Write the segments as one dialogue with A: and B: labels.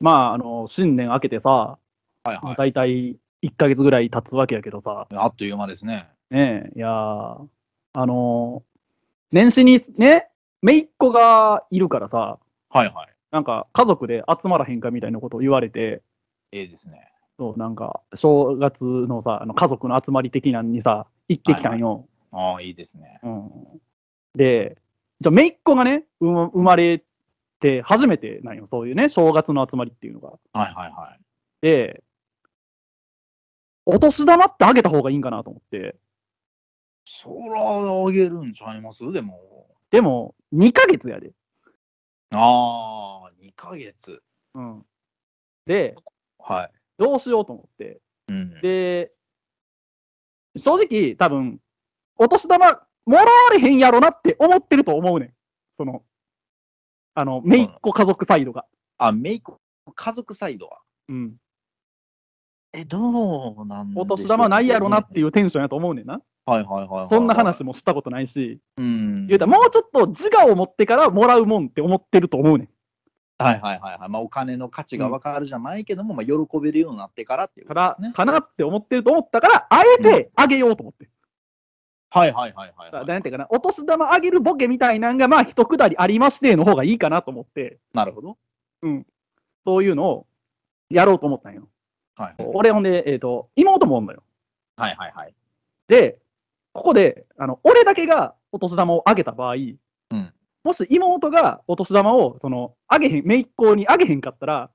A: まあ、あの、新年明けてさ、
B: はい
A: まあ
B: は
A: 大体1ヶ月ぐらい経つわけやけどさ、
B: い。あっという間ですね。
A: ねえ、いやーあの、年始にね、姪っ子がいるからさ、
B: はいはい。
A: なんか家族で集まらへんかみたいなことを言われて、
B: ええですね。
A: そう、なんか、正月のさ、あの家族の集まり的なんにさ、行ってきたんよ。
B: ああ、いいですね。
A: うん、で、じゃあ、姪っ子がね、うま生まれて初めてなんよ、そういうね、正月の集まりっていうのが。
B: はいはいはい。
A: で、お年玉ってあげた方がいいんかなと思って、
B: そら、あげるんちゃいますでも。
A: でも、2ヶ月やで。
B: ああ、2ヶ月。
A: うん、で、
B: は
A: どうしようと思って。
B: い。うん。
A: で、正直、多分お年玉もらわれへんやろなって思ってると思うねん。その、あの、姪っ子家族サイドが。
B: あ、メイク、家族サイドは。
A: うん。
B: え、どうなんでしょ
A: お
B: う。
A: 年玉ないやろなっていううテンションやと思うねんな。
B: はいはいはい、はい。
A: そんな話。もしたことないし、
B: うん。
A: 言うたらもうちょっと自我を持ってからもらうもんって思ってると思うねん。
B: はいはいはいはい。まあ、お金の価値が分かるじゃないけども、まあ、喜べるようになってからっていうこ
A: か
B: とで
A: ら
B: すね。、
A: かなって思ってると思ったから、あえてあげようと思って。
B: はいはいはいはい、
A: だ
B: はい。
A: なんていうかな、お年玉あげるボケみたいなんが、まあ、一くだりありましての方がいいかなと思って、
B: なるほど。
A: そういうのをやろうと思ったんよ。
B: はい
A: 俺、ほんで、えっ、と、妹もおんのよ。
B: はいはいはい。
A: で、ここで、あの、俺だけがお年玉をあげた場合、
B: ん
A: もし妹がお年玉を、その、あげへん、姪っ子にあげへんかったら、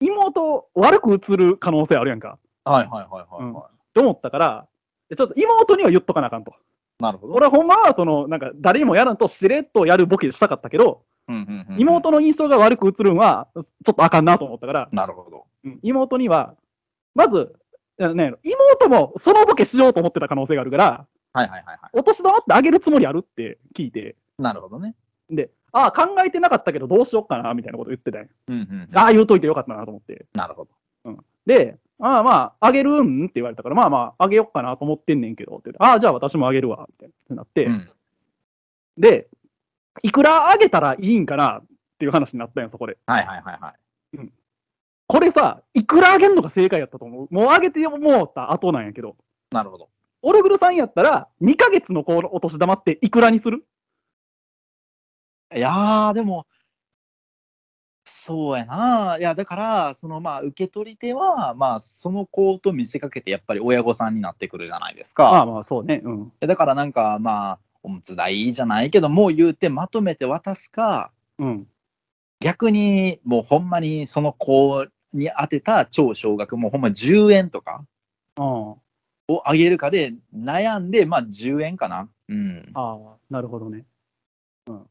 A: 妹を悪く映る可能性あるやんか。
B: はいはいはいはい、はい
A: と思ったから、でちょっと妹には言っとかなあかんと。
B: なるほど。
A: 俺はほんまは、その、なんか、誰にもやらんとしれっとやるボケしたかったけど、
B: うんうんうんうん
A: 妹の印象が悪く映るんは、ちょっとあかんなと思ったから、
B: なるほど。
A: うん妹には、まず、あのね、妹もそのボケしようと思ってた可能性があるから、
B: はいはいはいは
A: お年玉ってあげるつもりあるって聞いて、
B: い。なるほどね。
A: で、ああ、考えてなかったけどどうしよっかなみたいなこと言ってたんよ
B: うんうんうん
A: ああ、言うといてよかったなと思って。
B: なるほど。
A: で、ああまあ、あげるんって言われたから、まあまあ、あげよっかなと思ってんねんけど、って言ってああ、じゃあ私もあげるわ、みたいななって、
B: うん。
A: で、いくらあげたらいいんかなっていう話になったんよ、そこで。
B: はいはいはいはい。
A: これさ、いくらあげんのが正解やったと思う。もうあげてもうた後なんやけど、
B: なるほど。
A: オルグルさんやったら、2ヶ月の子のお年玉っていくらにする
B: いやー、でも、そうやな。いや、だから、そのまあ、受け取り手は、まあ、その子と見せかけて、やっぱり親御さんになってくるじゃないです
A: ま
B: か。
A: あまあ、そうね。うん。
B: だから、なんか、まあ、おむつ代じゃないけど、もう言うて、まとめて渡すか、
A: うん。
B: 逆に、もうほんまに、その子に当てた超少額、もうほんま10円とか
A: あ
B: をあげるかで、悩んで、まあ、10円かな。うん。
A: ああ、なるほどね。うん。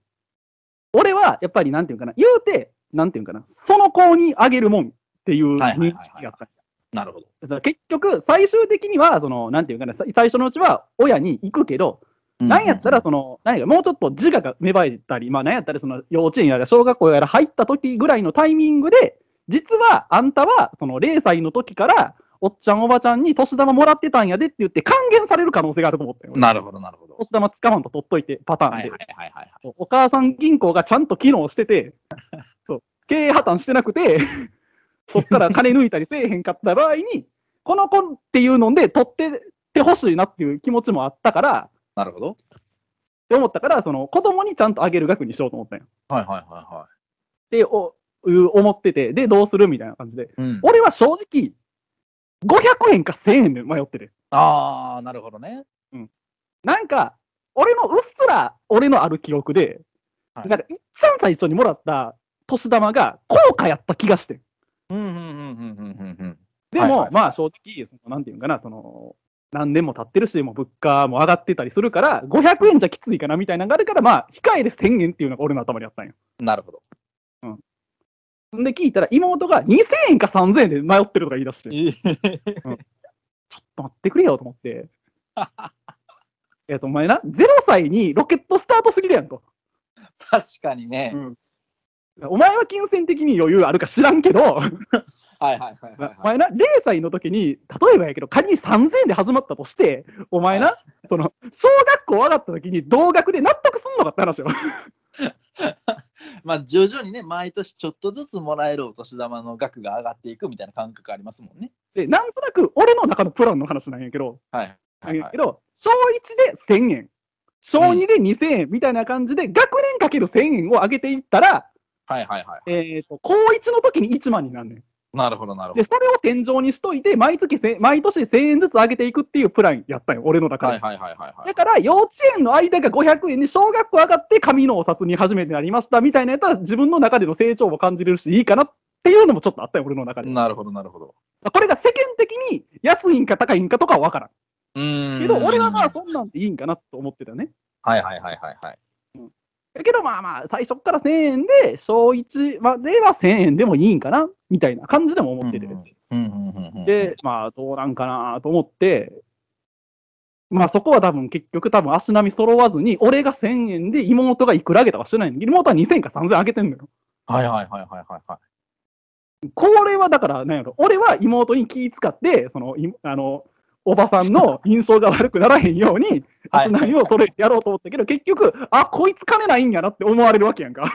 A: 俺は、やっぱり、なんていうんかな、言うて、なんていうんかな、その子にあげるもんっていう
B: はいはいはいはい
A: 認識やった。
B: なるほど。
A: だから結局、最終的には、その、なんていうんかな、さ最初のうちは親に行くけど、なんやったら、その、何やもうちょっと自我が芽生えたり、まあ、なんやったら、その、幼稚園やら小学校やら入った時ぐらいのタイミングで、実は、あんたは、その、0歳の時から、おっちゃんおばちゃんに年玉もらってたんやでって言って還元される可能性があると思ったよ。
B: なるほど、なるほど。
A: 年玉つかまんと取っといて、パターンで。
B: はいはいはいはい。
A: お母さん銀行がちゃんと機能してて、 そう経営破綻してなくて、 そっから金抜いたりせえへんかった場合に、この子っていうので取ってってほしいなっていう気持ちもあったから、
B: なるほど。
A: って思ったから、その子供にちゃんとあげる額にしようと思ったんよ。っ
B: はいはいはいは
A: ておいう思ってて、で、どうするみたいな感じで。
B: い。うん、
A: 俺は正直、500円か1000円で迷ってて。
B: ああ、なるほどね。
A: なんか、俺のうっすら俺のある記憶で、
B: はい
A: なんか、いっちゃん最初にもらった年玉が高価やった気がしてん
B: うんうんうんうんうんうんうん。
A: でも、
B: はいはい
A: まあ正直、そのなんていうんかな、その何年も経ってるし、もう物価も上がってたりするから、500円じゃきついかなみたいなのがあるから、まあ、控えで1000円っていうのが俺の頭にあったんよ。
B: なるほど。
A: んで聞いたら、妹が2000円か3000円で迷ってるとか言い出して、ちょっと待ってくれよと思って。いや、お前な、0歳にロケットスタートすぎるやんと。
B: 確かにね。
A: お前は金銭的に余裕あるか知らんけど、
B: はいはいはいはい
A: お
B: はい。
A: 前な、0歳の時に、例えばやけど、仮に3000円で始まったとして、お前な、その、小学校上がった時に同額で納得すんのかって話よ。
B: まあ徐々にね、毎年ちょっとずつもらえるお年玉の額が上がっていくみたいな感覚ありますもんね。
A: で、なんとなく俺の中のプランの話なんやけど、
B: はい。
A: なんやけど、小1で1000円、小2で2000円みたいな感じで、学年かける1000円を上げていったら、
B: はいはいはい。
A: えーと、高1の時に1万になんねん。
B: なるほどなるほ
A: で、
B: ど。
A: それを天井にしといて、毎月せん、毎年1000円ずつ上げていくっていうプランやったんよ、俺の中
B: は
A: で
B: い。はいはいはい、はい
A: だ。から、幼稚園の間が500円に小学校上がって紙のお札に初めてなりましたみたいなやったら、自分の中での成長も感じれるし、いいかなっていうのもちょっとあったよ、俺の中で。
B: なるほどなるほど。
A: これが世間的に安いんか高いんかとかは分からん。
B: うーん。
A: けど、俺はまあ、そんなんでいいんかなと思ってたね。
B: はいはいはいはいはい。
A: だけど、まあまあ、最初っから1000円で、小1までは1000円でもいいんかなみたいな感じでも思ってて。
B: うんうんうんうんうん、
A: で、まあ、どうなんかなと思って、まあ、そこは多分、結局、多分足並み揃わずに、俺が1000円で妹がいくらあげたかしてないのに、妹は2000か3000あげてんのよ。
B: はいはいはいはいはいはい。
A: これはだから、なんやろ、俺は妹に気使って、その、いあの、おばさんの印象が悪くならへんように、
B: はい
A: 足並みを揃えてやろうと思ったけど、結局、あ、こいつ金ないんやなって思われるわけやん か。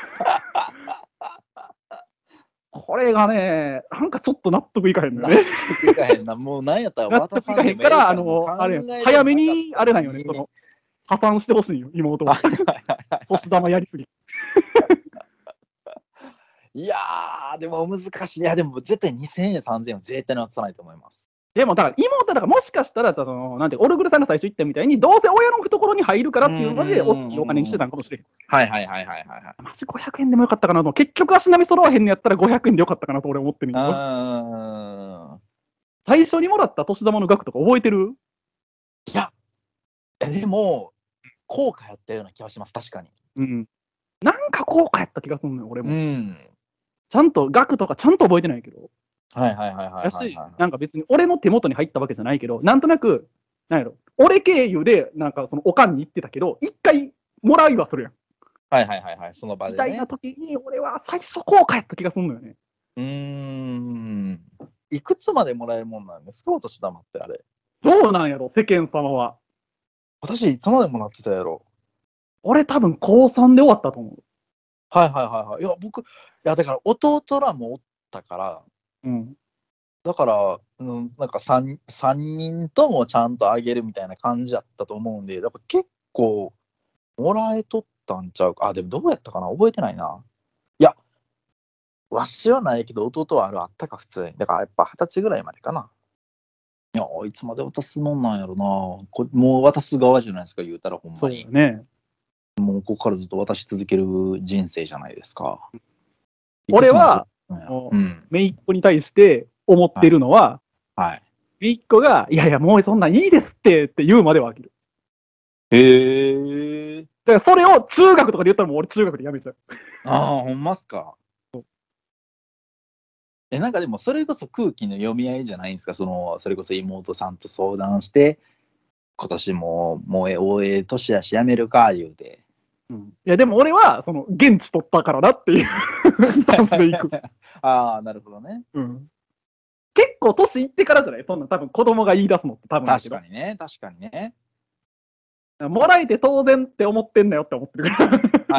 A: これがね、なんかちょっと納得いかへんのよね。
B: 納得いかへんな。もうなんやったら
A: 納
B: 渡
A: 得
B: さ
A: い
B: ん
A: かへ
B: でもえ
A: ん
B: え
A: から、あ
B: もう
A: の、
B: 考え
A: あ
B: ら
A: れ
B: なかっ、た
A: 早めに、あれなんよね、その、破産してほしいよ、妹は。年玉やりすぎ。
B: いやー、でも難しい。いや、でも絶対2000円、3000円は絶対に渡さないと思います。
A: でも、だから、妹はだから、もしかしたら、その、なんて、オルグルさんが最初言ったみたいに、どうせ親の懐に入るからっていうので、
B: うん
A: 大
B: うんうんうん
A: きいお金にしてたんかもしれん。
B: はいはいはいはいはいはい。
A: マジ500円でもよかったかなと、結局足並み揃わへんのやったら500円でよかったかなと俺思ってる
B: う
A: けど、
B: ーん。
A: 最初にもらった年玉の額とか覚えてる
B: いや、えでも、効果やったような気はします、確かに。
A: うん。なんか効果やった気がするのよ、俺も。
B: ん。
A: ちゃんと、額とかちゃんと覚えてないけど。
B: はいはいはいはいはい、
A: やし、
B: は
A: なんか別に俺の手元に入ったわけじゃないけど、なんとなく、なんやろ、俺経由で、なんかそのおかんに行ってたけど、一回もらいはするやん。
B: い。はいはいはいはい。その場
A: み
B: で
A: たい
B: ね
A: な。時に、俺は最初後悔やった気がするのよね。
B: うーん。いくつまでもらえるもんなんですか、お年玉ってあれ。
A: どうなんやろ、世間様は。
B: 私、いつまでもらってたやろ。
A: 俺多分高3で終わったと思う。
B: はいはいはいはい。いや、僕、いや、だから弟らもおったから、
A: うん。
B: だから、うん、なんか 3, 三人ともちゃんとあげるみたいな感じだったと思うんで、だから結構、もらえとったんちゃうか。あ、でもどうやったかな覚えてないな。いや、わしはないけど、弟はあるあったか、普通に。だからやっぱ二十歳ぐらいまでかな。いや、いつまで渡すもんなんやろな。こもう渡す側じゃないですか、言うたらほん
A: そ
B: ま
A: うだ
B: に
A: よ。ね。
B: もうここからずっと渡し続ける人生じゃないですか。
A: 俺は、
B: いくつまで
A: も
B: う、
A: うん姪っ子に対して思ってるのは、
B: はい。
A: 姪っ子が、いやいや、もうそんなんいいですってって言うまでは飽きる。
B: へえ。
A: だからそれを中学とかで言ったらもう俺中学でやめちゃう。
B: ああ、ほんまっすか。え、なんかでも、それこそ空気の読み合いじゃないんですか、その、それこそ妹さんと相談して、今年も、もうええ、おええ年やし、やめるか、言うて。
A: うんいや、でも俺は、その、現地取ったからだって いうスタンスでいく。
B: ああ、なるほどね。
A: うん結構年いってからじゃないそんな多分子供が言い出すのって多分だけ
B: 確
A: ど
B: かにね、確かにね。
A: もらえて当然って思ってんなよって思ってるから い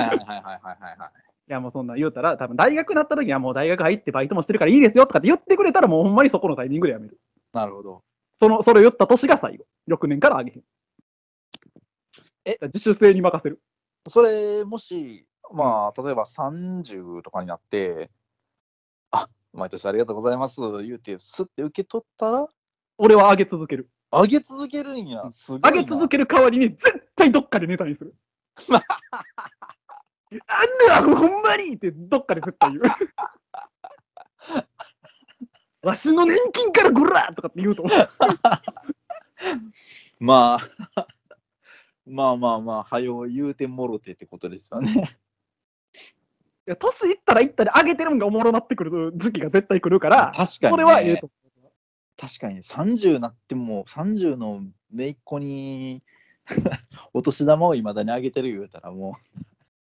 B: はいはいはいはいはいはいはい。
A: やもうそんなん言うたら多分大学になった時にはもう大学入ってバイトもしてるからいいですよとかって言ってくれたらもうほんまにそこのタイミングでやめる
B: なるほど。
A: そのそれを言った年が最後翌年からあげへん
B: え
A: 自主性に任せる
B: それ、もし、まあ、例えば30とかになって、あ毎年ありがとうございます、言うて、すって受け取ったら、
A: 俺はあげ続ける
B: 上げ続けるんや。すごいな。
A: あげ続ける代わりに絶対どっかでネタにするあんなほんまにってどっかで絶対言うわしの年金からぐらーとかって言うと思う
B: まあ、 まあまあまあ、はよう言うてもろてってことですよ ね。
A: いや年いったらいったで上げてるんがおもろなってくる時期が絶対来るから、
B: 確かに、ね。
A: それはええと
B: 確かに30なっても、30の姪っ子に お年玉をいまだにあげてる言うたらも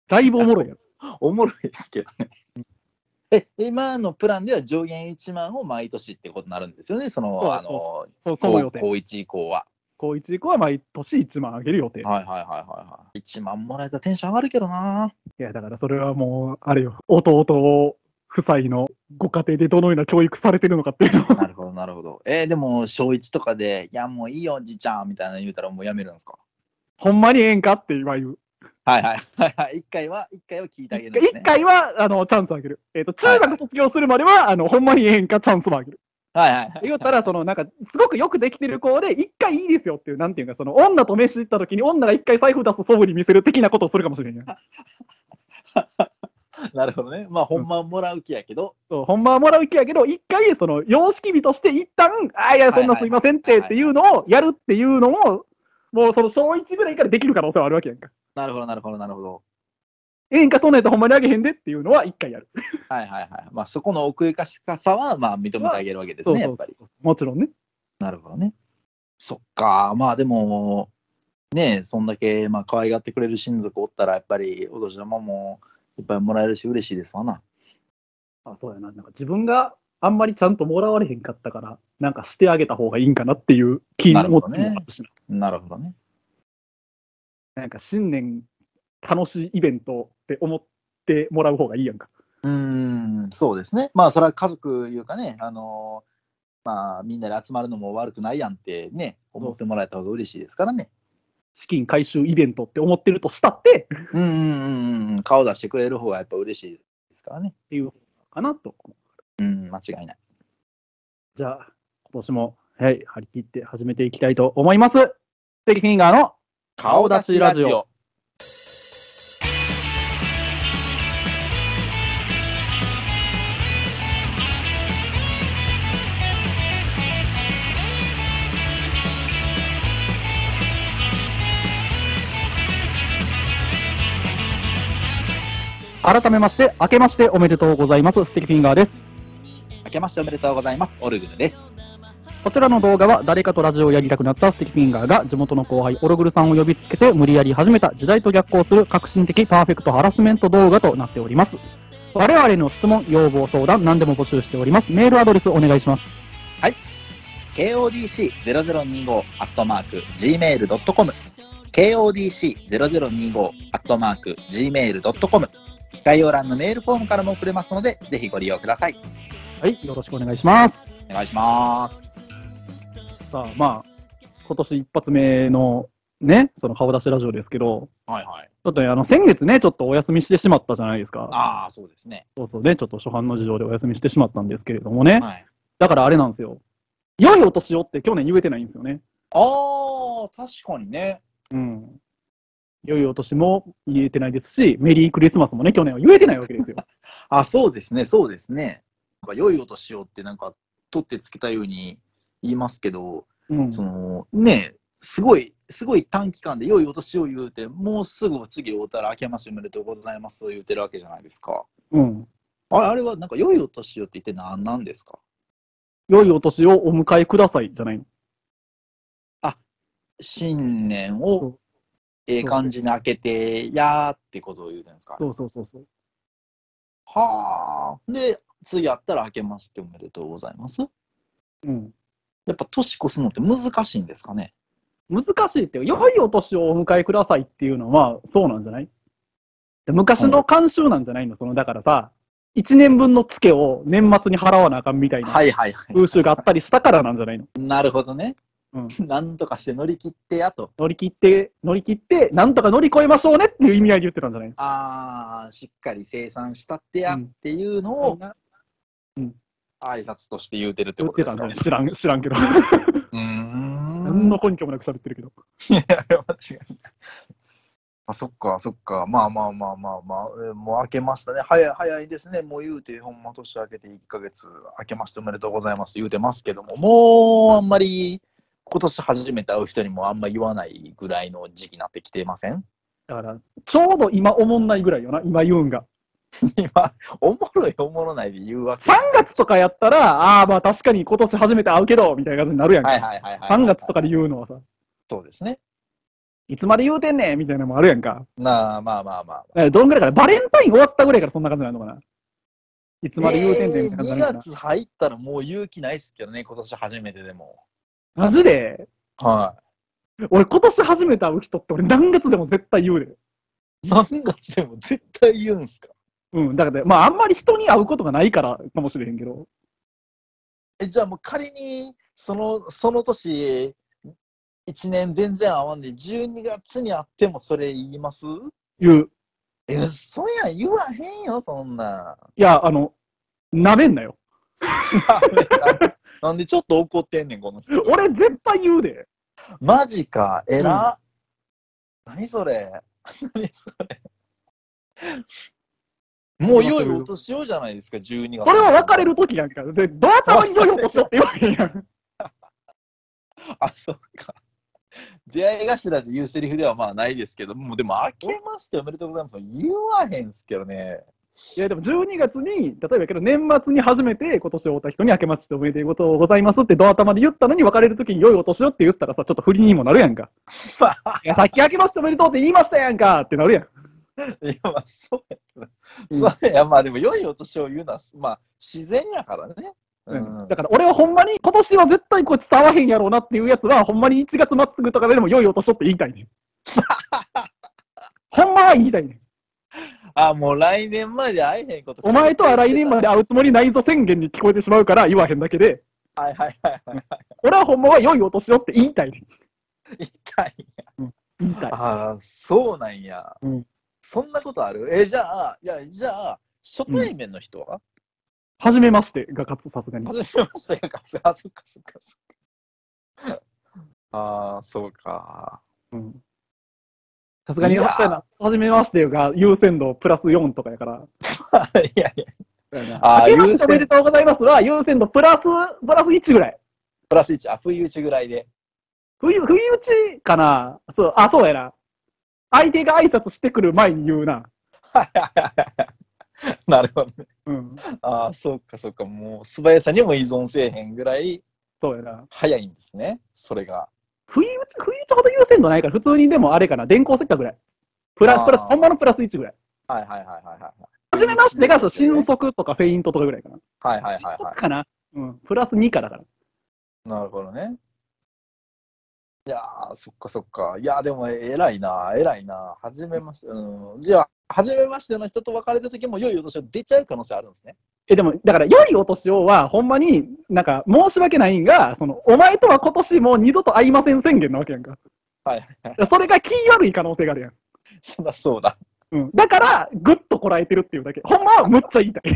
A: だいぶおもろいやろ。
B: う、おもろいですけどね。え、今のプランでは上限1万を毎年ってことになるんですよね、その、
A: そう
B: あの、
A: そうその
B: 高
A: 予定。
B: 高1以降は。
A: 高1以降は毎年1万あげる予定。い
B: はいはいはいはい。1万もらえたらテンション上がるけどな。
A: や、だからそれはもう、あれよ、弟夫妻のご家庭でどのような教育されてるのかっていうのは
B: なるほどなるほど。えー、でも小1とかで、いやもういいよじいちゃんみたいなの言うたらもうやめるんですか
A: ほんまにええんかって今言う。
B: はいはいはいはい。一回は、一回は聞いてあげるんです、
A: 一
B: ね。
A: 回は、あの、チャンスあげる。えっ、と、中学卒業するまでは、あの、ほんまにええんかチャンスもあげる。
B: はいはいはい。
A: 言ったら、その、なんか、すごくよくできてる子で、一回いいですよっていう、なんていうか、その、女と飯行った時に、女が一回財布出す素振り見せる的なことをするかもしれんやん。
B: なるほどね。まあ、ほんまはもらう気やけど、
A: そう、ほんまはもらう気やけど、一回、その、様式美として、一旦、あいや、そんなすいませんって、っていうのをやるっていうのも、もう、その、小一ぐらいからできる可能性はあるわけやんか。
B: なるほど、なるほど、なるほど。
A: ええんか、そんなんやったらほんまにあげへんでっていうのは、一回やる。
B: はいはいはい。まあ、そこの奥ゆかしかさは、まあ、認めてあげるわけですね、やっぱり。
A: もちろんね。
B: なるほどね。そっか、まあ、でも、ねえ、そんだけ、まあ、可愛がってくれる親族おったら、やっぱり、お年玉もいっぱいもらえるし、嬉しいですわな。
A: あ、そうやな。なんか、自分があんまりちゃんともらわれへんかったから、なんかしてあげた方がいいんかなっていう気持ちもあるしな
B: なるほなるほどね。
A: なんか新年楽しいイベントって思ってもらう方がいいやんか。
B: うーん、そうですね。まあ、それは家族いうかね、あのまあ、みんなで集まるのも悪くないやんってね、思ってもらえた方が嬉しいですからね。
A: 資金回収イベントって思ってるとしたって、っ
B: うんうんうんうん、顔出してくれる方がやっぱ嬉しいですからね。
A: ていう方かなと。
B: うん、間違いない。
A: じゃあ、今年も、はい、張り切って始めていきたいと思います。ステキフィンガーの顔出しラジオ。改めまして、明けましておめでとうございます。ステキフィンガーです。
B: 明けましておめでとうございます。オルグルです。
A: こちらの動画は誰かとラジオをやりたくなったステキフィンガーが地元の後輩オルグルさんを呼びつけて無理やり始めた時代と逆行する革新的パーフェクトハラスメント動画となっております。我々への質問、要望、相談、何でも募集しております。メールアドレスお願いします。
B: KODC0025 アットマーク Gmail.com。KODC0025 アットマーク Gmail.com。概要欄のメールフォームからも送れますので、ぜひご利用ください。
A: はい、よろしくお願いします。
B: お願いします。
A: さあ、まあ、今年一発目のね、その顔出しラジオですけど、
B: はいはい。
A: ちょっとね、あの、先月ね、ちょっとお休みしてしまったじゃないですか。
B: ああ、そうですね。
A: そうそうね、ちょっと初版の事情でお休みしてしまったんですけれどもね。
B: はい。
A: だからあれなんですよ。良いお年をって去年言えてないんですよね。
B: ああ、確かにね。
A: うん。良いお年も言えてないですし、メリークリスマスもね、去年は言えてないわけ ですよ。
B: あ、そうですね、そうですね。なんか良いお年をって、なんか、取ってつけたように言いますけど、
A: うん、
B: その、ねえ、すごい、すごい短期間で良いお年を言うて、もうすぐ次会うたら、明けましておめでとうございます言うてるわけじゃないですか。
A: うん。
B: あれあれは、なんか、良いお年をって言って何なんですか
A: 良いお年をお迎えくださいじゃないの。
B: 新年
A: そ
B: を
A: う、
B: ええ感じに開けて、やーってことを言うてるんですか。
A: そうそうそうそう。
B: はあ。で、次会ったら、明けましておめでとうございます。
A: うん。
B: やっぱ、年越すのって難しいんですかね。
A: 難しいっていう、良いお年をお迎えくださいっていうのは、そうなんじゃないで昔の慣習なんじゃないのその、だからさ、1年分のツケを年末に払わなあかんみたいな
B: はいはいはい。
A: 風習があったりしたからなんじゃないの
B: なるほどね。
A: うん。
B: なんとかして乗り切ってやと。
A: 乗り切って、乗り切って、なんとか乗り越えましょうねっていう意味合いで言ってたんじゃないの
B: ああ、しっかり生産したってや
A: う
B: っ
A: ん
B: ていうのを挨拶として言うてるって
A: 言
B: こ
A: っ
B: と
A: て
B: で
A: た
B: す
A: んじ
B: か
A: ゃ
B: う
A: ない知らん、知らんけど。
B: ー
A: 何
B: ん。
A: の根拠もなく喋ってるけど。
B: いや、間違いない。あ、そっか、そっか。まあまあまあまあまあ、えーもう明けましたね。早い、早いですね。もう言うて、ほんま年明けて1ヶ月、明けましておめでとうございます言うてますけども、もうあんまり今年初めて会う人にもあんま言わないぐらいの時期になってきてません
A: だから、ちょうど今おもんないぐらいよな、今言うんが。
B: 今、おもろいおもろないで言うわけ。
A: 3月とかやったら、ああー、まあ確かに今年初めて会うけど、みたいな感じになるやんか。
B: はいはいはいはい。
A: 3月とかで言うのはさ、
B: そうですね。
A: いつまで言うてんねんみたいなのもあるやんか。
B: まあまあまあまあ。
A: だからどんぐらいから、バレンタイン終わったぐらいからそんな感じになるのかな。いつまで言うてんねんみたいな感じ
B: えー
A: に
B: 2
A: なるのか
B: 月入ったらもう勇気ないっすけどね、今年初めてでも。
A: な。マジで、
B: は
A: 俺、今年始めた人って、俺、何月でも絶対言うで。
B: 何月でも絶対言うんすか
A: うん、だからね、まあ、あんまり人に会うことがないからかもしれへんけど、
B: えじゃあもう仮にそのその年1年全然合わんで12月に会ってもそれ言います
A: 言う。
B: え嘘やん言わへんよそん ない
A: や、あの、なめんなよ。
B: なんでちょっと怒ってんねんこの人
A: 俺、絶対言うで。
B: マジかえら、何それ 何それもういよいよお年をじゃないですか12月
A: これは別れる時やんか。で、どうやったらいよいよ年をって言わへんや ん。
B: あ、そうか。出会い頭で言うセリフではまあないですけど、もうでも、明けましておめでとうございます。言わへんすけどね。
A: いや、でも12月に、例えばやけど、年末に初めて今年会った人に明けましておめでとうございますってドア玉で言ったのに、別れる時に良いお年をって言ったらさ、ちょっと不利にもなるや んか。いや、さっき明けましておめでとうって言いましたやんかってなるやん。
B: いや、まあ、そうやけど。そうや、まあでも、良いお年を言うのは、まあ、自然やからね。うん
A: だから俺はほんまに今年は絶対こいつ伝わへんやろうなっていうやつはほんまに1月末とかでも良いお年をって言いたい ねん。ほんまは言いたいねん。
B: あ、もう来年まで会えへんこと。
A: お前とは来年まで会うつもりないぞ宣言に聞こえてしまうから言わへんだけで、
B: はいはいはいはい。
A: 俺はほんまは良いお年をって言いたいねん。
B: 痛い。
A: 言いたい。
B: ああ、そうなんや。
A: うん
B: そんなことあるえ、じゃあ、いや、じゃあ、初対面の人は、
A: 初めましてが勝つ、さすがに。
B: 初めましてやかす。あ、そっかそっかそっか。ああ、そうか。
A: うんさすがに、
B: いやー
A: そうやな初めましてが優先度プラス4とかやから。
B: いやいや、あ
A: あ
B: ー
A: けましておめでとうございますは優先度プラス、プラス1ぐらい。
B: プラス1、あ、不意打ちぐらいで。
A: 不意不意打ちかなそう、あ、そうやな。相手が挨拶してくる前に言うな。
B: なるほどね。
A: うん。
B: ああ、そうかそうか。もう、素早さにも依存せえへんぐらい
A: そうやな。
B: 早いんですね、それが。
A: 不意打ち、不意打ちほど優先度ないから、普通にでもあれかな、電光石火ぐらい。プラ
B: あ
A: ス、
B: ー
A: プラス、ほんまのプラス1ぐらい。
B: はいはいはいはいはい。
A: 初めましてが、そう、
B: うん
A: 新速とかフェイントとかぐらいかな。
B: はいはいはい
A: 新
B: は
A: 速かな。うん。プラス2かだから。
B: い。なるほどね。いやー、そっかそっか。いやー、でも、偉いな、偉いな。はじめまして。うん。じゃあ、はじめましての人と別れた時も、良いお年を出ちゃう可能性あるんですね。
A: え、でも、だから、良いお年をは、ほんまに、なんか、申し訳ないんが、その、お前とは今年もう二度と会いません宣言なわけやんか。
B: はい。
A: それが気悪い可能性があるやん。
B: そりゃそうだ。
A: うん。だから、ぐっとこらえてるっていうだけ。ほんまはむっちゃ言いたい。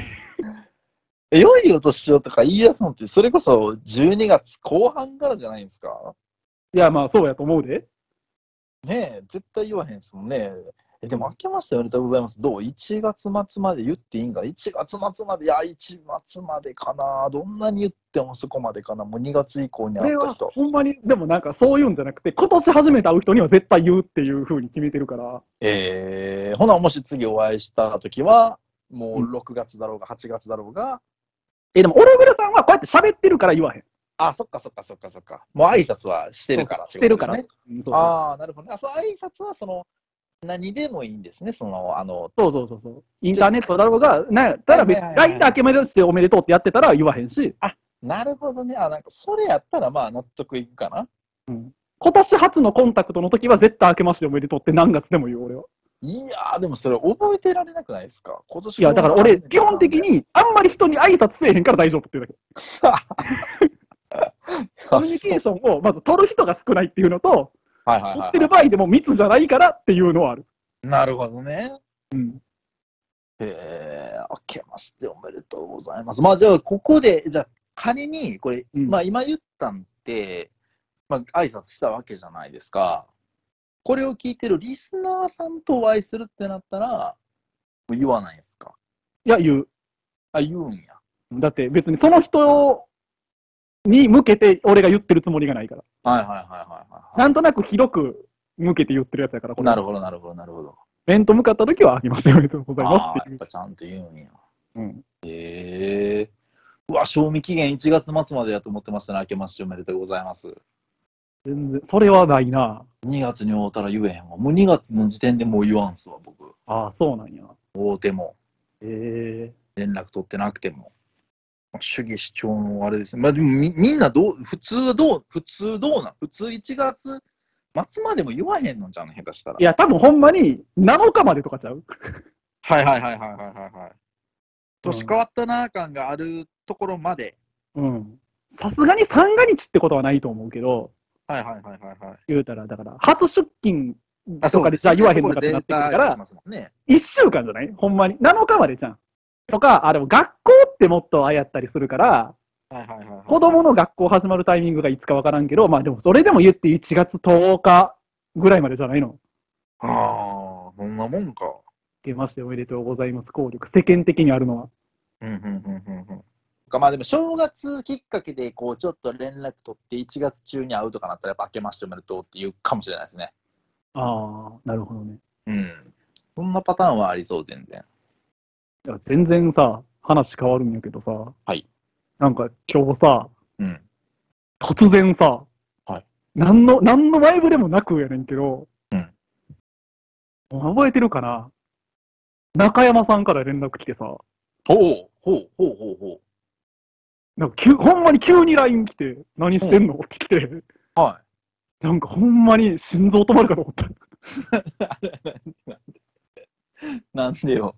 B: え良いお年をとか言い出すのって、それこそ12月後半からじゃないですか。
A: いや、まあ、そうやと思うで。
B: ねえ、絶対言わへんですもんね。え、でも、明けましておめでとうございます。どう ?1 月末まで言っていいんかな ?1 月末まで、いや、1月までかな。どんなに言ってもそこまでかな。もう2月以降に
A: こ
B: 会
A: れ
B: った
A: は、
B: 人。
A: ほんまに、でもなんか、そういうんじゃなくて、今年初めて会う人には絶対言うっていう風に決めてるから。
B: えー、ほな、もし次お会いした時は、もう
A: うん
B: 6月だろうが、8月だろうが、
A: え、でも、オルグレさんはこうやって喋ってるから言わへん。
B: あ、そっかそっかそっかそっか。もう挨拶はしてるから、
A: してるから。
B: ね。
A: うんそう
B: ああ、なるほどね。あ、その挨拶はその何でもいいんですね。そのあの
A: そうそうそうそう。インターネットだろうが、なんやただ別に、
B: はいはいはいは
A: LINE
B: い
A: で明けましておめでとうってやってたら言わへんし、
B: なるほどね。あ、なんかそれやったらまあ納得いくかな。
A: 今年初のコンタクトの時は絶対明けましておめでとうって何月でも言う、俺は。
B: いやーでもそれ覚えてられなくないですか。今年
A: いや、だから
B: この
A: 俺、
B: 初めて
A: 基本的にあんまり人に挨拶せえへんから大丈夫っていうだけ。コ
B: なん
A: ミュ
B: で
A: ニケーションをまず取る人が少ないっていうのと、
B: はいはい
A: 取
B: は
A: って
B: いは
A: る場合でも密じゃないからっていうのはある。
B: い。なるほどね。
A: うん。
B: へえ、明けましておめでとうございます。まあじゃあここでじゃあ仮にこれ、
A: うん
B: まあ今言ったんってまあ挨拶したわけじゃないですか。これを聞いてるリスナーさんとお会いするってなったら、もう言わないですか。
A: いや、言う。
B: あ、言うんや。
A: だって別にその人に向けて俺が言ってるつもりがないから。
B: はいはいはいはいはい、
A: なんとなく広く向けて言ってるやつだから、これ
B: なるほどなるほどなるほど。
A: 面と向かった時は明けましておめでとうござい
B: あ
A: ますっ
B: あ
A: て
B: ー、
A: い
B: やっ
A: う。
B: ぱちゃんと言うんや。
A: うん。
B: へえ。うわ、賞味期限1月末までやと思ってましたね。明けましておめでとうございます。
A: 全然、それはないな。
B: 2月に会うたら言えへんわ。もう2月の時点でもう言わんすわ、僕。
A: ああ、そうなんや。
B: 会うても、
A: ええ
B: 連絡取ってなくても。主義主張のあれですね。まあでもみみんなどう、普通はどう、普通どうなん普通1月松までも言わへんのじゃん、下手したら。
A: いや、多分ほんまに7日までとかちゃう
B: はいはいはいはいはいはいはい。年変わったなあ感があるところまで。
A: うん。さすがに三が日ってことはないと思うけど、
B: はいはいはいはいはい。
A: 言うたら、だから、初出勤とかで
B: です
A: じゃあ言わへんの
B: こ
A: かっ
B: れ
A: てな
B: 全
A: ってくるか
B: 体
A: ら
B: し、ますもんね。
A: 1週間じゃないほんまに。7日までじゃん。とか、あ、でも学校ってもっとああやったりするから、
B: はいはいはいはい。
A: 子供の学校始まるタイミングがいつかわからんけど、まあでもそれでも言って1月10日ぐらいまでじゃないの
B: ああ、そんなもんか。
A: 出ましておめでとうございます。効力。世間的にあるのは。
B: うんうんうんうんうん。かまあでも正月きっかけでこうちょっと連絡取って1月中に会うとかなったらやっぱ明けましておめでとうって言うかもしれないですね。
A: ああ、なるほどね。
B: うん。そんなパターンはありそう全然。
A: いや全然さ、話変わるんやけどさ。
B: はい。
A: なんか今日さ、
B: うん。
A: 突然さ、
B: はい。
A: 何の、何の前触れもなくやねんけど、
B: うん。
A: 覚えてるかな中山さんから連絡来てさ、
B: ほうほうほうほうほ
A: なんか急、ほんまに急に LINE 来て、何してんのって来て、
B: う。は
A: なんかほんまに心臓止まるかと思った。
B: い。なんでよ。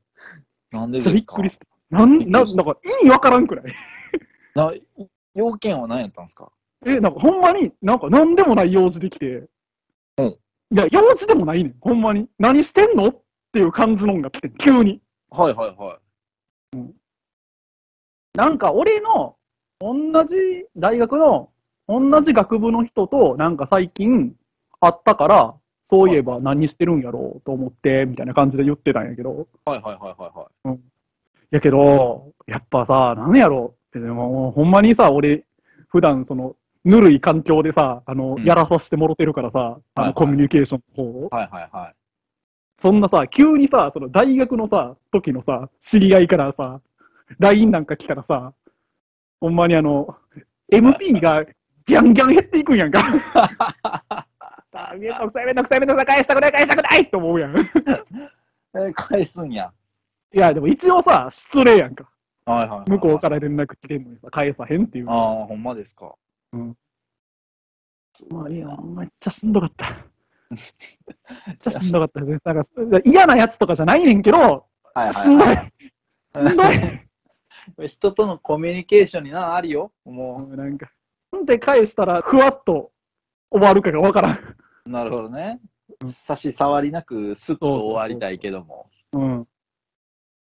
B: なんで
A: め
B: で
A: っち
B: す
A: ゃび
B: か
A: っくりした。なん、
B: びっく
A: な
B: り
A: ん
B: した
A: か意味わからんくらい。
B: ない要件は何やったんですか
A: え、なんかほんまに、なんか何でもない用事できて、
B: うん
A: いや、用事でもないねん。ほんまに。何してんのっていう感じのんが来て、急に。
B: はいはいはい。
A: なんか俺の同じ大学の同じ学部の人となんか最近会ったから、そういえば何してるんやろうと思って、みたいな感じで言ってたんやけど。
B: はいはいはいはいはい。
A: やけど、やっぱさ、なんやろ別にもうほんまにさ、俺、普段その、ぬるい環境でさ、あの、
B: うん
A: やらさせてもろてるからさ、あ
B: はいは
A: の
B: い
A: コミュニケーションの方を。
B: はいはいはい。
A: そんなさ、急にさ、その大学のさ、時のさ、知り合いからさ、LINE なんか来たらさ、ほんまにあの、MP がギャンギャン減っていくんやんか。あ めんどくさい、めんどくさい、めんどくさい、返したくない、返したくないと思うやん。い
B: えー返すんや。
A: や、でも一応さ、失礼やんか。
B: はいはいはい、はい。
A: 向こうから連絡来てんのにさ、返さへんっていう。
B: ああ、ほんまですか。
A: うん。まあいいよ、めっちゃしんどかった。めっちゃしんどかったです。なんか嫌なやつとかじゃないねんけど、
B: はい
A: しんどい
B: は。
A: しんどい。
B: い。 人とのコミュニケーションにな、あるよ。も
A: もうなんか、なんで返したら、ふわっと終わるかがわからん。
B: う、なるほどね
A: う。ん
B: 差し障りなく、すっと終わりたいけども。
A: うん。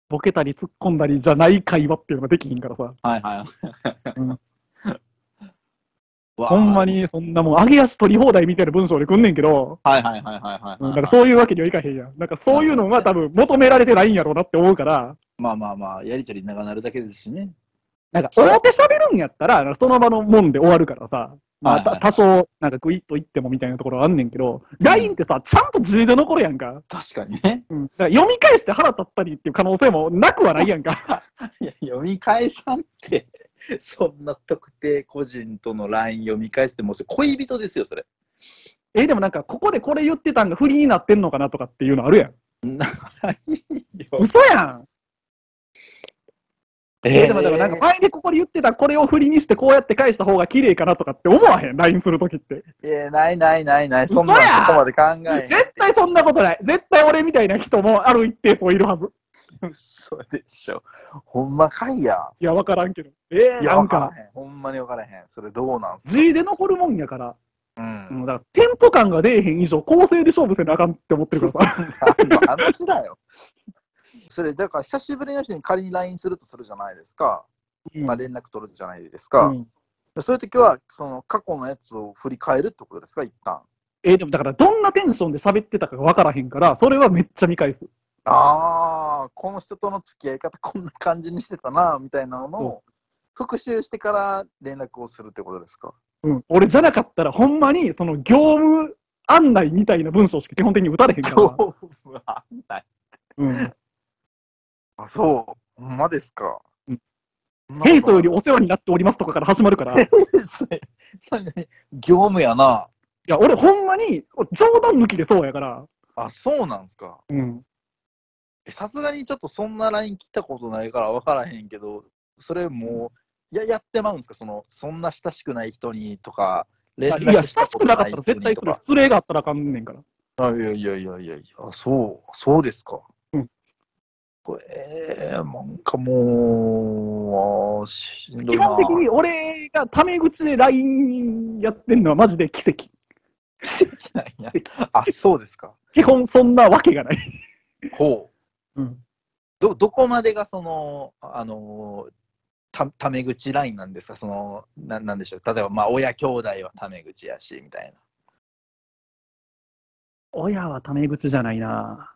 A: ボケたり突っ込んだりじゃない会話っていうのができひんからさ。
B: はいはい。
A: うん
B: わあ
A: ほんまに、そんなもう、揚げ足取り放題みたいな文章で来んねんけど、
B: はいはいはいはいはい、
A: うん
B: は
A: ないんかそういうわけにはいかへんやん。なんかそういうのは多分求められてないんやろうなって思うから、
B: まあまあまあ、やりとり長なるだけですしね。
A: なんか大手喋るんやったら、その場のもんで終わるからさ、ま
B: は
A: あ、
B: いはい
A: た
B: はい
A: 多少、なんかグイッと言ってもみたいなところはあんねんけど、LINE ってさ、ちゃんと字で残るやんか。
B: 確かにね。
A: うん、だから読み返して腹立ったりっていう可能性もなくはないやんか。
B: いや、読み返さんって、そんな特定個人との LINE 読み返すって、もうそれ恋人です よ、それ。
A: えでもなんか、ここでこれ言ってたんが不利になってんのかなとかっていうのあるやん。
B: ないよ。
A: 嘘やんえでもだからなんか、前でここで言ってたこれを不利にしてこうやって返した方が綺麗かなとかって思わへん ?LINE するときって。
B: いや、ないないないない、
A: 嘘
B: そ
A: や
B: んなんそこまで考え
A: 絶対そんなことない。絶対俺みたいな人もある一定数いるはず。
B: へん。嘘でしょ。ほんまかいや。
A: いや、わからんけど。えー、
B: いや、
A: な
B: わ
A: ん
B: から
A: か、
B: へん。ほんまにわからへん。それどうなんすか
A: G で残るもんやから。
B: う。
A: うんん、だから、テンポ感が出えへん以上、構成で勝負せなあかんって思ってるからさ。
B: 何の話だよ。それ、だから久しぶりの人に仮に LINE するとするじゃないですか。 まあ、連絡取るじゃないですか。
A: うん
B: そういう時は、その過去のやつを振り返るってことですか、一旦。
A: えーでもだから、どんなテンションで喋ってたかがわからへんから、それはめっちゃ見返す。
B: ああ、この人との付き合い方こんな感じにしてたな、みたいなのを復習してから連絡をするってことですか。
A: うん、俺じゃなかったら、ほんまにその業務案内みたいな文章しか基本的に打たれへんから、
B: うわない
A: うん、
B: あ、そう。ほんまですか。
A: うん
B: そんなこと
A: ヘイソーよりお世話になっておりますとかから始まるから、い
B: それ何何業務やな。
A: や、俺、ほんまに冗談抜きでそうやから、
B: あ、そうなんすか。
A: うん、
B: えさすがにちょっとそんな LINE 来たことないから分からへんけど、それもう、いや、やってまうんすかその、そんな親しくない人にとか、
A: い
B: 連絡
A: や、親し
B: したこと
A: くなかった
B: い
A: ら
B: 人
A: 絶
B: に
A: 対
B: と
A: す
B: か
A: る。失礼があったらあかんねんから。
B: あいやいやいやいやいや、そう、そうですか。
A: うん
B: これ、なんかもう、あーしんどい
A: 基
B: な。
A: 本的に俺がタメ口で LINE やってんのはマジで奇跡。
B: 奇跡なんや。あ、そうですか。
A: 基本そんなわけがない。
B: ほう。
A: うん、
B: ど、どこまでがその、あのー、た、タメ口ラインなんですかその、な、なんでしょう。例えば、まあ、親兄弟はタメ口やし、みたいな。
A: 親はタメ口じゃないな。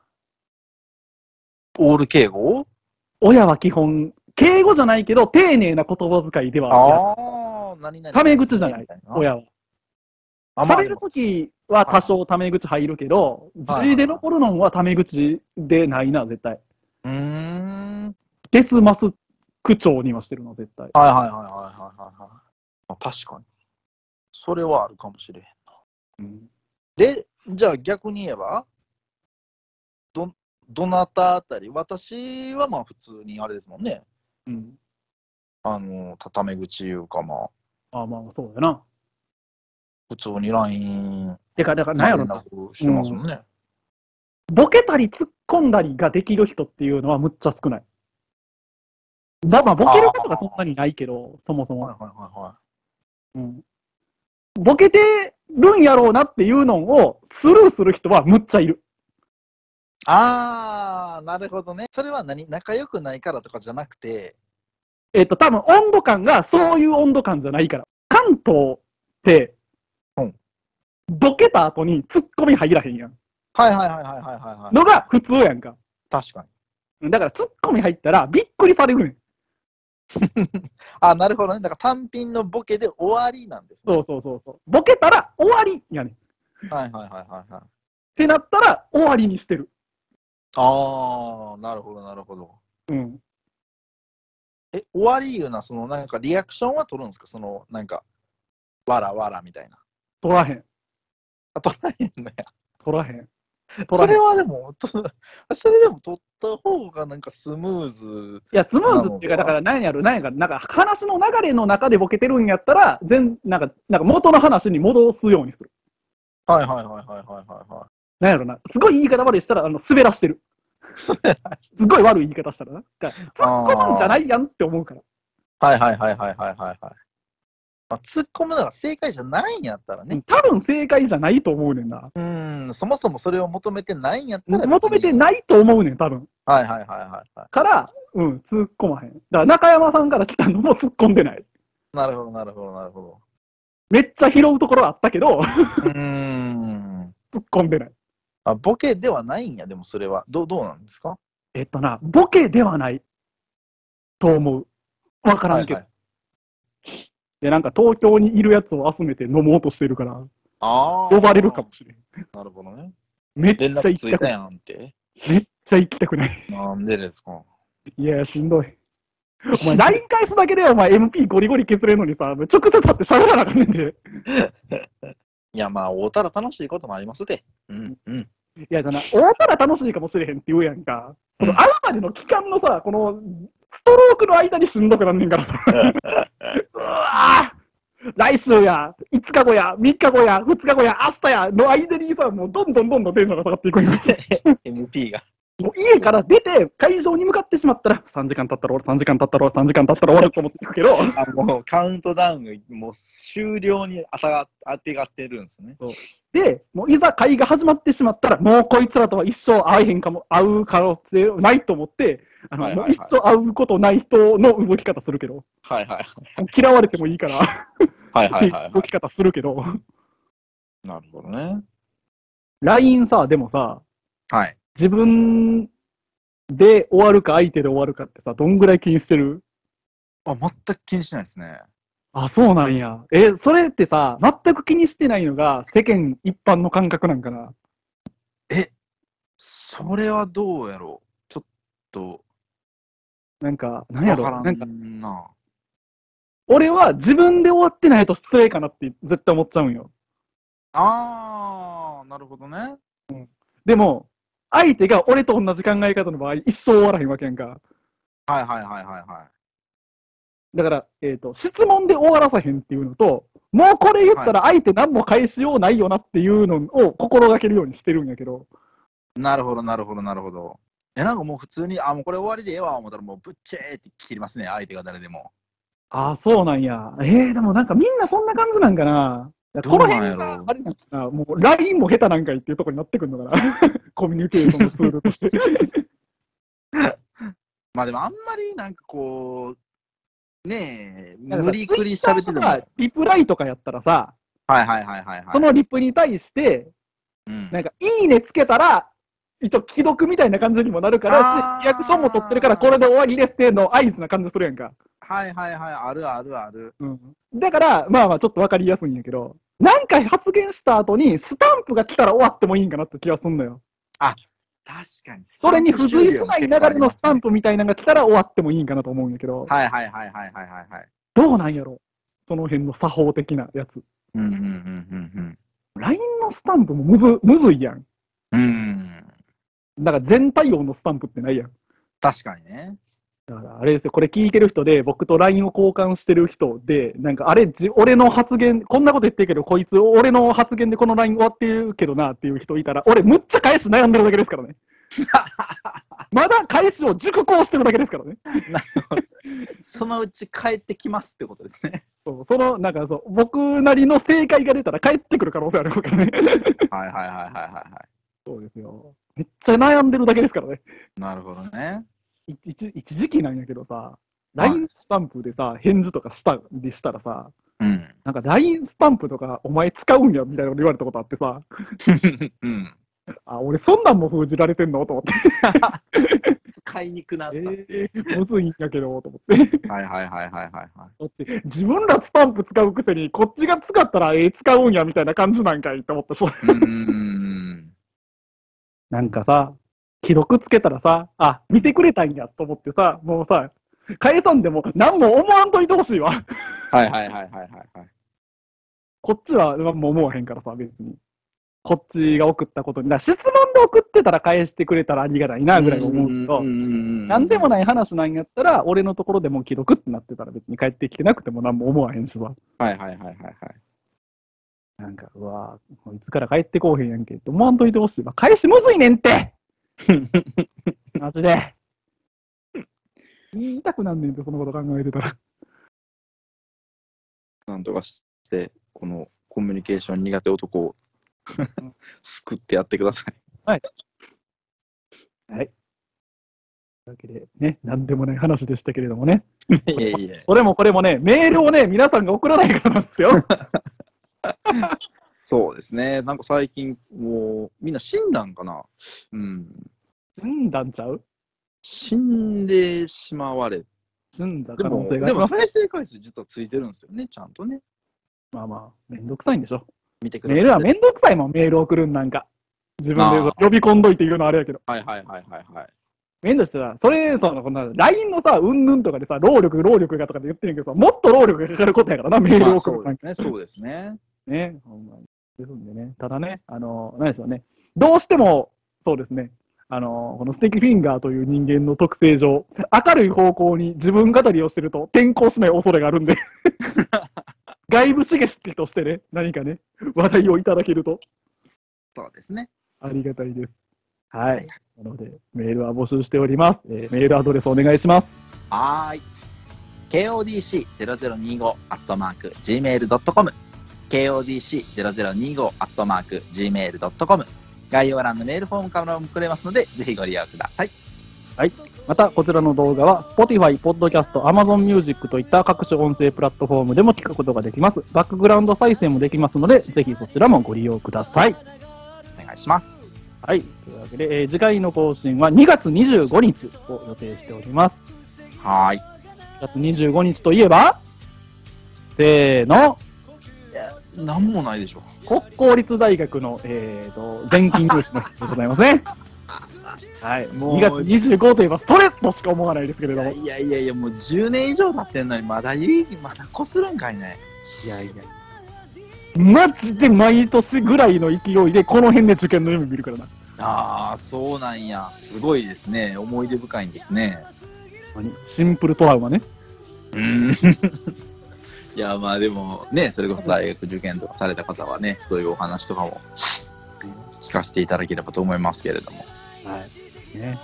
B: オール敬語
A: 親は基本、敬語じゃないけど、丁寧な言葉遣いでは
B: ああ、何々。
A: タメ口じゃない
B: みたな
A: ある、親は。
B: あまあ
A: 喋るときは多少タメ口入るけど、
B: はい
A: 字で残るのはタメ口でないな、絶対。
B: うーん。
A: デスマス区長にはしてるな、絶対。
B: はいはいはいはいはいはいはい。まあ、確かに。それはあるかもしれへん。
A: うん
B: で、じゃあ逆に言えば、ど、どなたあたり、私はまあ普通にあれですもんね。
A: うん、
B: あの、畳口いうかまあ、
A: あまあ、そうだな。
B: 普通に LINE
A: てか、だから、なんやろな。
B: してますもんね。
A: ボケたり突っ込んだりができる人っていうのはむっちゃ少ない。まあまあ、ボケることがそんなにないけど、そもそ
B: はい
A: も、
B: はいはいは
A: うん。ボケてるんやろうなっていうのをスルーする人はむっちゃいる。
B: い。あー、なるほどね。それは何仲良くないからとかじゃなくて、
A: えっ、と、多分温度感がそういう温度感じゃないから。関東って、
B: うん
A: ボケた後に突っ込み入らへんやん。
B: はいはいはいはいはいはいはい。
A: のが普通やんか。
B: 確かに。
A: だから突っ込み入ったらびっくりされるねん。
B: あ、なるほどね。だから単品のボケで終わりなんですね。
A: そうそうそうそう。ボケたら終わりやねん。っ
B: はいはいはいはいはい。
A: てなったら終わりにしてる。
B: ああ、なるほど、なるほど。
A: うん。
B: え、終わりいうな、そのなんかリアクションは取るんですかそのなんか、わらわらみたいな。
A: 取らへん。
B: あ、取らへんねや。
A: 取らへん。取
B: そ
A: らへ
B: れ
A: ん。い
B: はでも、とそれでも取った方がなんかスムーズ。
A: や、スムーズっていうか、だから何やろ、何やか、なんか話の流れの中でボケてるんやったら、全、なんか、なんか元の話に戻すようにする。
B: はいはいはいはいはいはいは
A: なんやろな。すごい言い方悪いしたら、あの、滑らしてる。すごい悪い言い方したらな。だから
B: あー
A: 突っ込むんじゃないやんって思うから。
B: い。はいはいはいはいはいはいはい。まあ、突っ込むのが正解じゃないんやったらね。
A: 多分正解じゃないと思うねんな。
B: うーん、そもそもそれを求めてないんやったら。
A: 求めて
B: い。
A: ないと思うねん、多分。
B: はいはいはいはいは
A: から、うん、突っ込まへん。だから中山さんから来たのも突っ込んでない。
B: い。なるほどなるほどなるほど。
A: めっちゃ拾うところはあったけど、
B: うーん。
A: 突っ込んでない。
B: あ、ボケではないんや、でもそれは。どうどうなんですか
A: えっとな、ボケではないと思う。わからんけど。
B: はいはい
A: で、なんか東京にいるやつを集めて飲もうとしてるから、
B: ああ。
A: 呼ばれるかもしれん。
B: なるほどね。
A: めっちゃ
B: 連絡
A: 行
B: つ
A: き
B: い
A: たく
B: た
A: ない。
B: やんって。
A: めっちゃ行きたくない。
B: なんでですか
A: いや、しんどい。お前、LINE 返すだけでお前 MP ゴリゴリ削れるのにさ、直接会って喋らなあかんねんで。
B: いや、まあ、おうたら楽しいこともありますで。うん、うん。
A: いや、じゃな、終わったら楽しいかもしれへんって言うやんか。その、
B: うん
A: 会うまでの期間のさ、この、ストロークの間にしんどくなんねんから さ。うわぁ来週や、5日後や、3日後や、2日後や、明日や、の間にさ、もうどんどんどんどんテンションが下がっていくんよ
B: MP が。
A: もう家から出て、会場に向かってしまったら、3時間経ったら終わる、3時間経ったら終わる、3時間経ったら終わると思っていくけど、
B: あもう、カウントダウンが、もう、終了にあたが当てがってるんですね。
A: で、もういざ会が始まってしまったら、もうこいつらとは一生会えへんかも、会う可能性ないと思って、あの
B: はいはい
A: も
B: はいう
A: 一生会うことない人の動き方するけど、も
B: はいはいう
A: 嫌われてもいいから、
B: はい
A: っていう動き方するけど、
B: い。 なるほどね。
A: LINE さ、でもさ、
B: はい。
A: 自分で終わるか相手で終わるかってさ、どんぐらい気にしてる
B: あ、全く気にしないですね。
A: あ、そうなんや。え、それってさ、全く気にしてないのが世間一般の感覚なんかな。
B: それはどうやろう。ちょっと、
A: なんか、なんや
B: わ
A: ろ
B: から
A: なんか、
B: んな。
A: 俺は自分で終わってないと失礼かなって絶対思っちゃうんよ。
B: ああ、なるほどね。
A: でも、相手が俺と同じ考え方の場合、一生終わらへんわけやんか。
B: はいはいはいはいはい。
A: だから、えっ、と、質問で終わらさへんっていうのと、もうこれ言ったら相手何も返しようないよなっていうのを心がけるようにしてるんやけど、
B: なるほど、なるほど、なるほど。え、なんかもう普通に、あ、もうこれ終わりでええわ、思ったら、もうぶっちゃーって切りますね、相手が誰でも。
A: ああ、そうなんや。えー、でもなんかみんなそんな感じなんかな。いや
B: ど
A: こ
B: う
A: の
B: なん
A: 辺
B: やろ
A: があれなんかな、もう LINE も下手なんかいっていうところになってくるのかな。 コミュニケーションのツールとして。
B: まあでもあんまりなんかこう、ねえ、
A: だから
B: 無理くり喋ってても。
A: Twitter
B: はい
A: とかリプライとかやったらさ、
B: はいはいはいはい。
A: そのリプに対して、
B: うん
A: なんか、いいねつけたら、一応既読みたいな感じにもなるから
B: あー
A: し、リアクションも取ってるから、これで終わりですっていうの合図な感じするやんか。
B: はいはいはい、あるあるある。
A: うん、だから、まあまあ、ちょっとわかりやすいんやけど、何回発言した後に、スタンプが来たら終わってもいいんかなって気がすんのよ。
B: 確かに。
A: それに付随しない流れのスタン
B: プ
A: プみたいなのが来たら終わってもいいんかなと思うんやけど
B: 終了、結構ありますね。はいはいはいはいはいはいはい。
A: どうなんやろその辺の作法的なやつ。
B: うんうんうん
A: LINE のスタンプもむずむずいやん。
B: うんうん。うん。
A: だから全対応のスタンプってないやん。
B: 確かにね。
A: だからあれですよ、これ聞いてる人で、僕と LINE を交換してる人で、なんか、あれ、じ俺の発言、こんなこと言ってるけど、こいつ、俺の発言でこの LINE 終わってるけどなっていう人いたら、俺、むっちゃ返し悩んでるだけですからね。まだ返しを熟考してるだけですからね。
B: そのうち帰ってきますってことで すね。
A: そうその、なんかそう、僕なりの正解が出たら返ってくる可能性ありますからね。
B: はいはいはいはいはいは
A: そうですよ。めっちゃ悩んでるだけですからね。
B: い。なるほどね。
A: い一一時期なんやけどさ、LINE スタンプでさ、返事とかしたりしたらさ、
B: うん。
A: なんか LINE スタンプとかお前使うんやみたいなこと言われたことあってさ、
B: うん。
A: あ、俺そんなんも封じられてんのと思って、
B: 使いにくなった。
A: えー、 むずいんやけど、と思って。
B: はいはいはいはいはいはい。
A: だって自分らスタンプ使うくせに、こっちが使ったらえー、使うんやみたいな感じなんかいと思ったし。
B: うんうんうん
A: なんかさ、既読つけたらさ、あ、見てくれたんやと思ってさ、もうさ、返さんでも何も思わんといてほしいわ。
B: はいはいはいはいはいはい。
A: こっちは何も思わへんからさ、別に。こっちが送ったことに、だから質問で送ってたら返してくれたらありがたいなぐらい思うけど、なんでも
B: ない。
A: ない話なんやったら、俺のところでもう既読ってなってたら別に帰ってきてなくても何も思わへんしさ。
B: はいはいはいはいはい。
A: なんか、うわぁ、もういつから帰ってこうへんやんけって思わんといてほしいわ。返しむずいねんって マジで。言いたくなんねんって、そのこと考えてたら。
B: なんとかして、このコミュニケーション苦手男を 救ってやってください。
A: というわけで、ね、なんでもない話でしたけれどもね。
B: いえいえ、
A: それもこれもね、メールをね、皆さんが送らないからなん ですよ。
B: そうですね。なんか最近、もう、みんな死んだんかな。うん。
A: 死んだんちゃう
B: 死んでしまわれ。
A: 死んだ
B: で
A: 可能性
B: も、
A: があ
B: で
A: りま
B: も
A: す。
B: 再生回数実はついてるんですよね、ちゃんとね。
A: まあまあ、めんどくさいんでしょ。
B: 見てくださ
A: メ
B: い。
A: ールはめんどくさいもん、メール送るんなんか。自分で呼び込んどいて言うのあれやけど。
B: はいはいはいはいはい。
A: 面倒してさ、それ、その、こんな、LINE のさ、うんぬんとかでさ、労力、労力がとかで言ってるけどさ、もっと労力がかかることやからな、メー
B: ま
A: ルを
B: あ
A: 送
B: そ
A: る
B: う
A: なん
B: で
A: か
B: すね、そうですね。
A: ね。ほんまに。ですんでね。ただね、あの、何でしょうね。どうしても、そうですね。あの、このステキフィンガーという人間の特性上、明るい方向に自分語りをしてると転校しない恐れがあ るんで。外部刺激としてね、何かね、話題をいただけると
B: そうですね。
A: ありがたいです。はい。
B: はい
A: なので、メールは募集しております。えーメールアドレスお願いします。
B: はーい。KODC0025 アットマーク Gmail.com KODC0025 アットマーク Gmail.com 概要欄のメールフォームからも送れますので、ぜひご利用ください。
A: また、こちらの動画は、Spotify、Podcast、Amazon Music といった各種音声プラットフォームでも聞くことができます。バックグラウンド再生もできますので、ぜひそちらもご利用ください。
B: お願いします。
A: はい。というわけで、えー次回の更新は2月25日を予定しております。
B: はーい。
A: 2月25日といえば、せーの、
B: なんもないでしょ。
A: 国公立大学の、えー、と全金入試の日でございますね。 はい、
B: もう
A: 2月25といえばストレートしか思わないですけれ
B: い
A: ど
B: や
A: も、
B: いやいやいや、もう10年以上経ってんのに、まだいい、まだこするんかいね。いやいや。
A: マジで毎年ぐらいの勢いで、この辺で受験の夢見るからな。
B: ああ、そうなんや。すごいですね。思い出深いんですね。
A: ほんまにシンプルトラウマね。
B: うん。いや、まあでも、ね、それこそ大学受験とかされた方はね、そういうお話とかも聞かせていただければと思いますけれども。
A: はい。ね。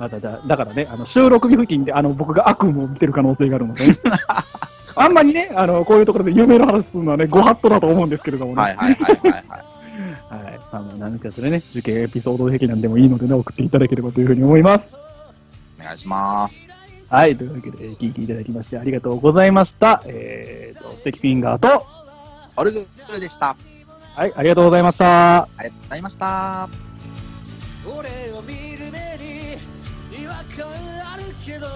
A: まだだ、だからね、あの、収録日付近で、あの、僕が悪夢を見てる可能性があるの で、ね、あんまりね、あの、こういうところで夢の話するのはね、ご法度だと思うんですけれどもね。
B: はいはいはいはい、はい。
A: はい。まあ、もう何かそれね、受験エピソード壁なんでもいいのでね、送っていただければというふうに思います。
B: お願いします。
A: はい。というわけで、えー聞いていただきましてありがとうございました。えーと、ステキフィンガーと、
B: オルグでした。
A: はい、ありがとうございました。
B: ありがとうございました。
C: 俺を見る目に違和感あるけど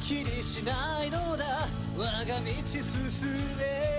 C: 気にしないのだ我が道進め